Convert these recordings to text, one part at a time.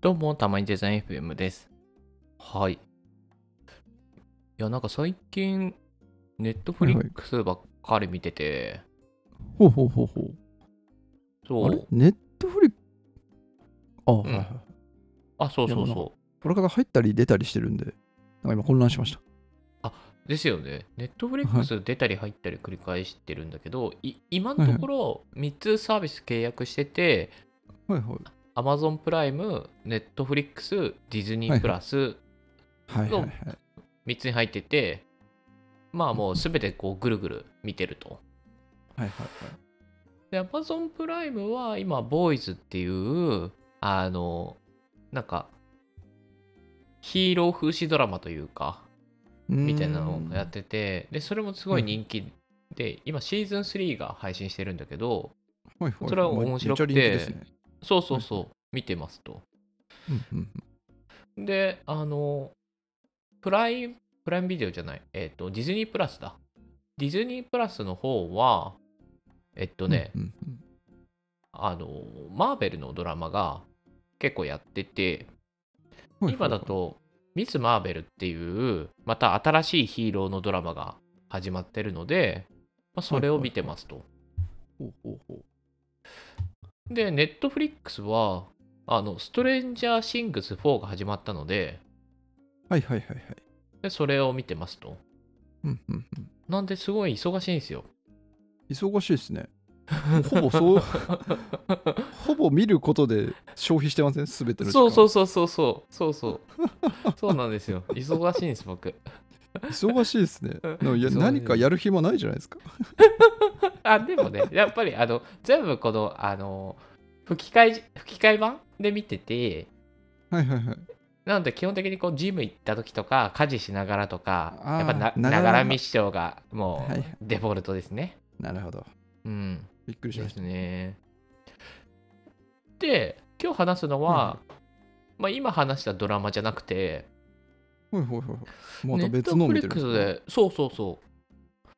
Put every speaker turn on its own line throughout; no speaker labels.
どうも、たまにデザイン FM です。はい。いや、なんか最近、ネットフリックスばっかり見てて、
ほうほうほうほう。あ
そ
れ
う。
ネットフリックあ、はいはい。
あ、そうそう
いやも
そ
これから入ったり出たりしてるんで、なんか今混乱しました。
う。ですよね。ネットフリックス出たり入ったり繰り返してるんだけど、い今のところ3つサービス契約してて、
はいはい。
Amazon プライム、ネットフリックス、ディズニープラス、
はいはいはい。
3つに入ってて、まあもう全てこうぐるぐる見てると。
はいはいはい。
で、Amazon プライムは今、ボーイズっていう、あの、なんか、ヒーロー風刺ドラマというか、みたいなのをやってて、で、それもすごい人気で、今、シーズン3が配信してるんだけど、
うーん。はいはい、
それは面白くて
めっちゃ人気ですね。
そうそうそう、見てますと。
うんうん
で、あの、プライム、プライムビデオじゃない、えっ、と、ディズニープラスだ。ディズニープラスの方は、えっと
うん。
ね、
うんうん
あの、マーベルのドラマが結構やってて、
うん
今だ。と、ミス・マーベルっていう、また新しいヒーローのドラマが始まってるので、まあ、それを見てますと。
ほうほうほう。
で、ネットフリックスは、あの、ストレンジャー・シングス4が始まったので、
はいはいはいはい。
でそれを見てますと。
うんうんうん。
なんですごい忙しいんですよ。
忙しいですね。ほ ぼそう、ほぼ見ることで消費してませんすべての時間
そうそうそうそうそうそうそうそうなんですよ忙しいんです僕
忙しいですね。いや
忙しい
何かやる暇ないじゃないですか。
あでもねやっぱりあの全部このあの吹き替え吹き替え版で見てて
はいはいはい。
なので基本的にこうジム行った時とか家事しながらとか
あー
やっぱなな
ながら
がら見視聴がも
は
う
い
デフォルトですね、
なるほど。
うん
びっくりしま
で
し
す
た。
ねで今日話すのは、まあ、今話したドラマじゃなくて
はいはいはいはい。また別のを見てる
ネ
んで
ッ
す
ト
ね。
フリックスで、そうそうそう。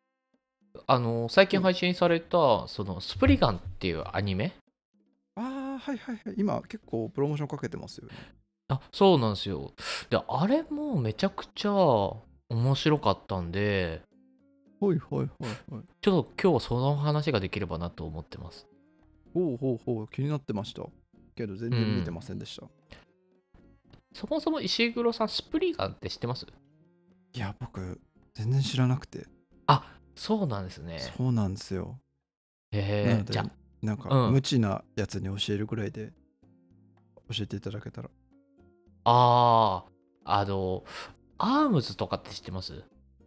あの、最近配信された、その、スプリガンっていうアニメ
ああ、はいはいはい。今、結構プロモーションかけてますよね。
あ、そうなんですよ。で、あれもめちゃくちゃ面白かったんで、
はいはいはいはい。
ちょっと今日はその話ができればなと思ってます。
ほうほうほう、気になってました。けど、全然見てませんでした。
そもそも石黒さん、スプリガンって知ってます
いや、僕、全然知らなくて。
そうなんですね。
そうなんですよ。な
へ
の
え、
で
じゃあ、
なんか、
うん
無知なやつに教えるぐらいで、教えていただけたら。
あー、あの、アームズとかって知ってます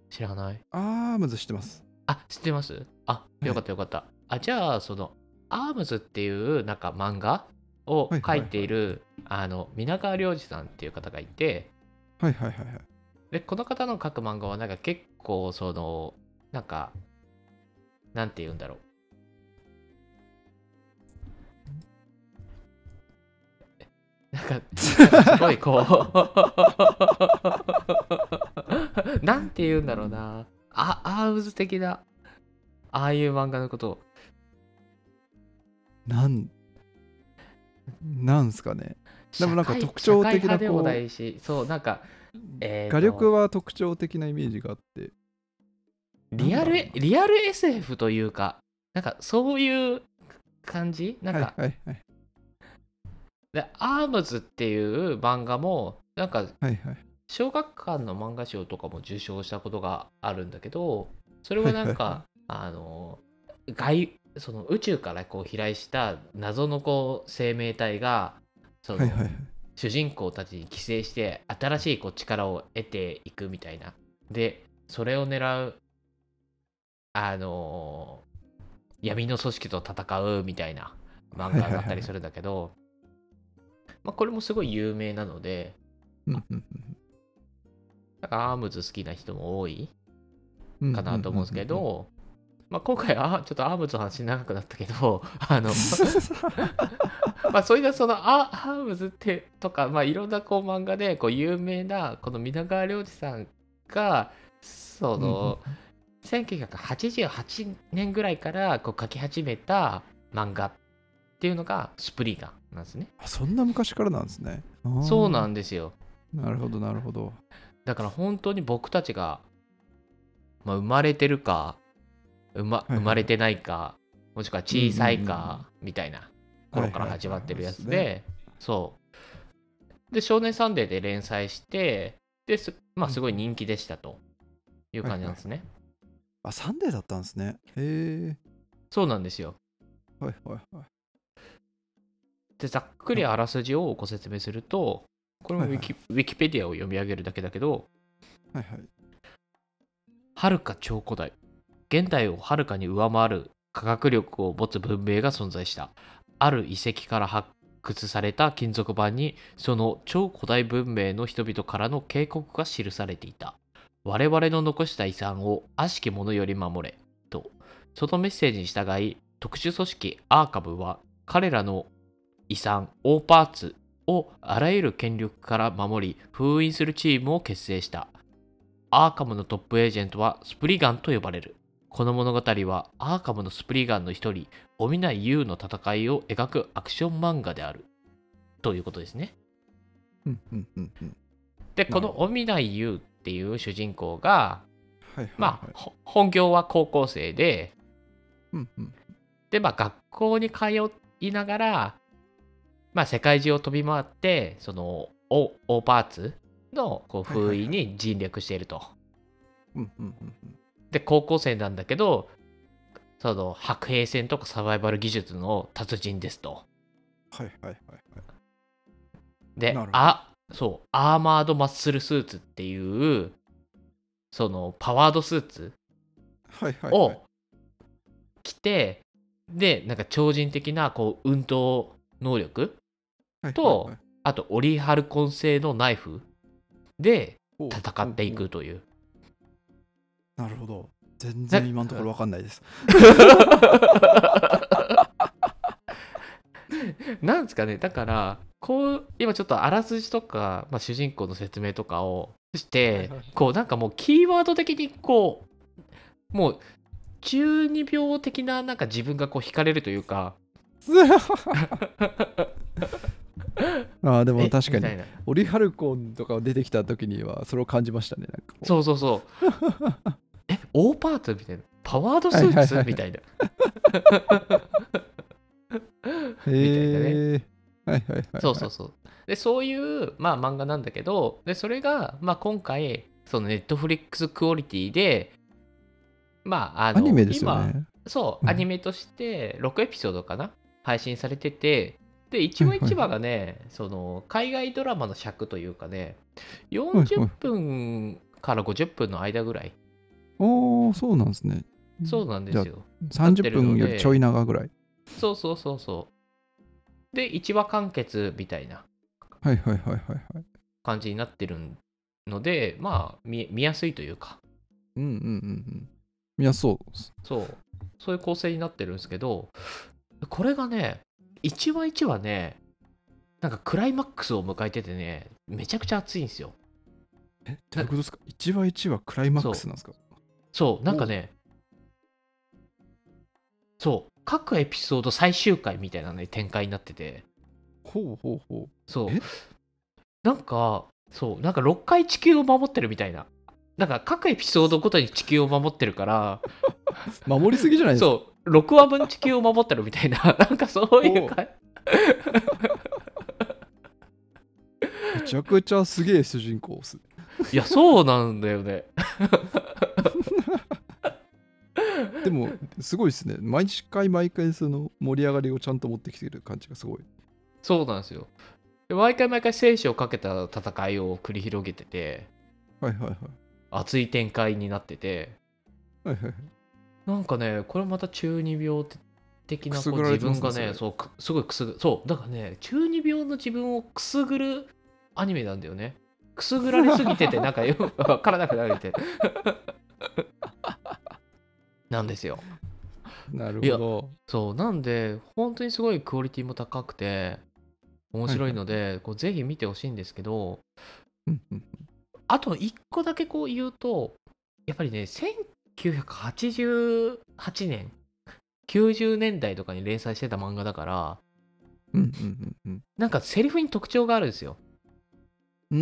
知らない
あー、まず知ってます。
あ、知ってますあ、
い
よかったよかった。あ、じゃあ、その、アームズっていう、なんか漫画を書いている、あの、皆川亮次さんっていう方がいて、
はいはいはいはい。
で、この方の書く漫画は、なんか結構、その、なんか、なんて言うんだろう。なんか、すごいこう なんて言うんだろうなあアームズ的なああいう漫画のことを
なん、なんすかね。でもなんか
社会
特徴的な
社会派で
こ
も
う
ないしそうなんか、えーと
画力は特徴的なイメージがあって。
リアル
なんだろう
リアル SF というかなんかそういう感じなんか、
はいはいはい。
でアームズっていう漫画もなんか
はいはい。
小学館の漫画賞とかも受賞したことがあるんだけどそれはなん
はいはい
かあの外その宇宙からこう飛来した謎のこう生命体がその、
はいはいはい。
主人公たちに寄生して新しいこう力を得ていくみたいなでそれを狙うあのー闇の組織と戦うみたいな漫画があったりするんだけど、まあ、これもすごい有名なので
うんうんうん
なんかアームズ好きな人も多い
うん
かなと思うんですけど、まあ、今回はちょっとアームズの話長くなったけどあ のまあそういったそのアアームズってとか、まあ、いろんなこう漫画でこう有名なこの皆川亮司さんがその、1988年ぐらいからこう書き始めた漫画っていうのがスプリガンなんですね。
あそんな昔からなんですね
そうなんんですよ。
なるほどなるほど
だから本当に僕たちが、まあ、生まれてるか、生ま
いはい
生まれてないか、もしくは小さいかみたいな頃から始まってるやつ
はいはいはい
で、そう。で、少年サンデーで連載して、ですまあ、すごい人気でしたという感じなんですね。
あサンデーだったんですねへ
そうなんですよ。
えはいはいはい
でざっくりあらすじをご説明するとこれもウィキ,、ウィキペディアを読み上げるだけだけど
はいはい
はるか超古代現代をはるかに上回る科学力を持つ文明が存在したある遺跡から発掘された金属板にその超古代文明の人々からの警告が記されていた我々の残した遺産を悪しき者より守れとそのメッセージに従い特殊組織アーカブは彼らの遺産オーパーツをあらゆる権力から守り封印するチームを結成したアーカムのトップエージェントはスプリガンと呼ばれるこの物語はアーカムのスプリガンの一人オミナイユーの戦いを描くアクション漫画であるということですね
うんうんうんうん
で
な
こ
るほど
のオミナイユーっていう主人公が
はいはいはい
まあ、ほ本業は高校生で
うんうん
で、まあ、学校に通いながら、まあ、世界中を飛び回ってそのオオーパーツのこう
はいはいは
封
い
印に尽力していると。
うんうんうんうん
で高校生なんだけどその白兵戦とかサバイバル技術の達人ですと。
はいはいはいはい
で
なるほど
あそうアーマードマッスルスーツっていうそのパワードスーツ
はいはいはい
を着て、でなんか超人的なこう運動能力と
はいはいはい
あとオリハルコン製のナイフで
ほう
戦ってい
ほう
くという。
ほうなるほど全然
な
今のところわかんな いです
なんですかねだからこう今ちょっとあらすじとか、まあ、主人公の説明とかをして
はいはい
こうなんかもうキーワード的にこうもう12秒的ななんか自分がこう惹かれるというか。
ああで
え
も確か
みたい
に
な
オリハルコンとか出てきた時にはそれを感じましたねなんかこう
そうそうそう えオーパーツみたいなパワードスー
はいはい
ツ
はい
みたいな
へえはいはいはいはい
そうそうそう。で、そういう、まあ、漫画なんだけど、で、それが、まあ、今回、そのネットフリックスクオリティで、まあ、あの、
アニメですよね
今そうう、
ん
アニメとして6エピソードかな、配信されてて、で、一話一話がね、その、海外ドラマの尺というかね、40分から50分の間ぐらい、
おおそうなんですね
そうなんです
じ
よ。
ゃあ30分よりちょい長ぐらい
そうそうそうそう。で、1話完結みたいな
はいはいはいはいはい
感じになってるので、まあ、見見やすいというか、
うんうんうんうんいやそうです
そう。そういう構成になってるんですけど、これがね、1話1話ね、なんかクライマックスを迎えててね、めちゃくちゃ熱いんですよ。
えどういうことですか一話一話クライマックスなんですか
そう、なんかね、そう、各エピソード最終回みたいなね、展開になってて、
ほうほうほ
そう
え。
なんか、そう、なんか6回地球を守ってるみたいな。なんか各エピソードごとに地球を守ってるから、
う守りすぎじゃないですか
そう、6話分地球を守ってるみたいな、 なんかそういうか
めちゃくちゃすげえ主人公っす
いや、そうなんだよね。
でもすごいですね毎回毎回その盛り上がりをちゃんと持ってきてる感じがすごい
そうなんですよ。で毎回毎回生死をかけた戦いを繰り広げてて、
はいはいはい
熱い展開になってて、
はいはいはい
なんかね、これまた中二病的な
くす
こ
ぐ
う
ら
自
れてま
分
すね
がね、
そ
そうくすごいくすぐ、そう、だからね、中二病の自分をくすぐるアニメなんだよね。くすぐられすぎて て、なんかよくわからなくなれて。 なんですよ。
なる
いや
ほど
そうなんで本当にすごいクオリティも高くて面白いので、こうぜひ見てほしいんですけど
うんうん
あと一個だけこう言うとやっぱりね1988年90年代とかに連載してた漫画だから
うんうんうん
なんかセリフに特徴があるんですよ
うんうー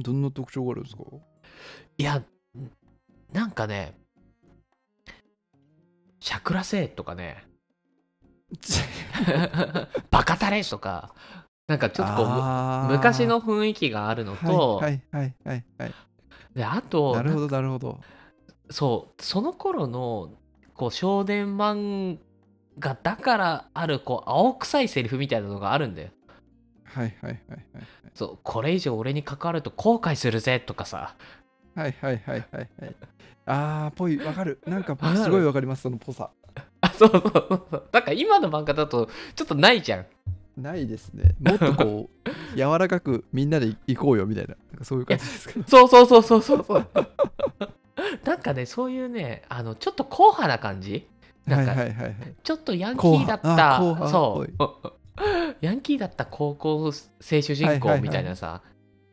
んどんな特徴がある んですか
いやんなんかね「しゃくらせえ」とかね 「バカたれ」とかなんかちょっとこうむ
あー
昔の雰囲気があるのと、
はいはいはいはい、
であ
はい、
と
なるほどなるほど
そうその頃のこう少年漫画だからあるこう青臭いセリフみたいなのがあるんだよ
はいはいはいはい
そうこれ以上俺に関わると後悔するぜとかさ
はいはいはいはいはいあーぽいわかるなんか
かる
すごいわかりますそのぽさ
あそうそうそうそうなんか今の漫画だとちょっとないじゃん
ないですねもっとこ う柔らかくみんなで行こうよみたいななんかそういう感じですか
そうそうそうそうそうそう なんかねそういうねあのちょっと硬派な感じなんか
はいはいはいはい
ちょっとヤンキーだっ
後
た
半あ後半
そうヤンキーだった高校生主人公みたいなさ、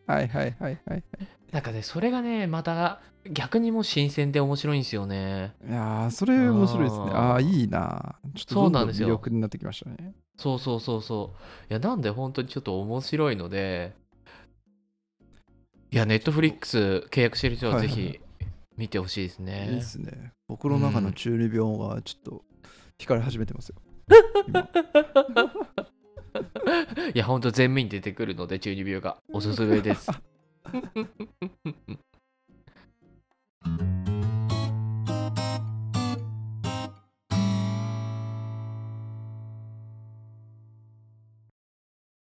はいはいはいはい
なんかねそれがねまた逆にもう新鮮で面白いんですよね
いやーそれ面白いですね
あー
ああーいいなちょっとどん
そうな
ど
ん
ん
ですよ
魅力になってきましたね
そうそうそうそういやなんで本当にちょっと面白いのでいやネットフリックス契約してる人はぜ
はいはい
ひ見てほしいですね、
いいですね僕の中の中二病がちょっと光り始めて ますよ、
いや、ほんと全面に出てくるので、中二病がおすすめです。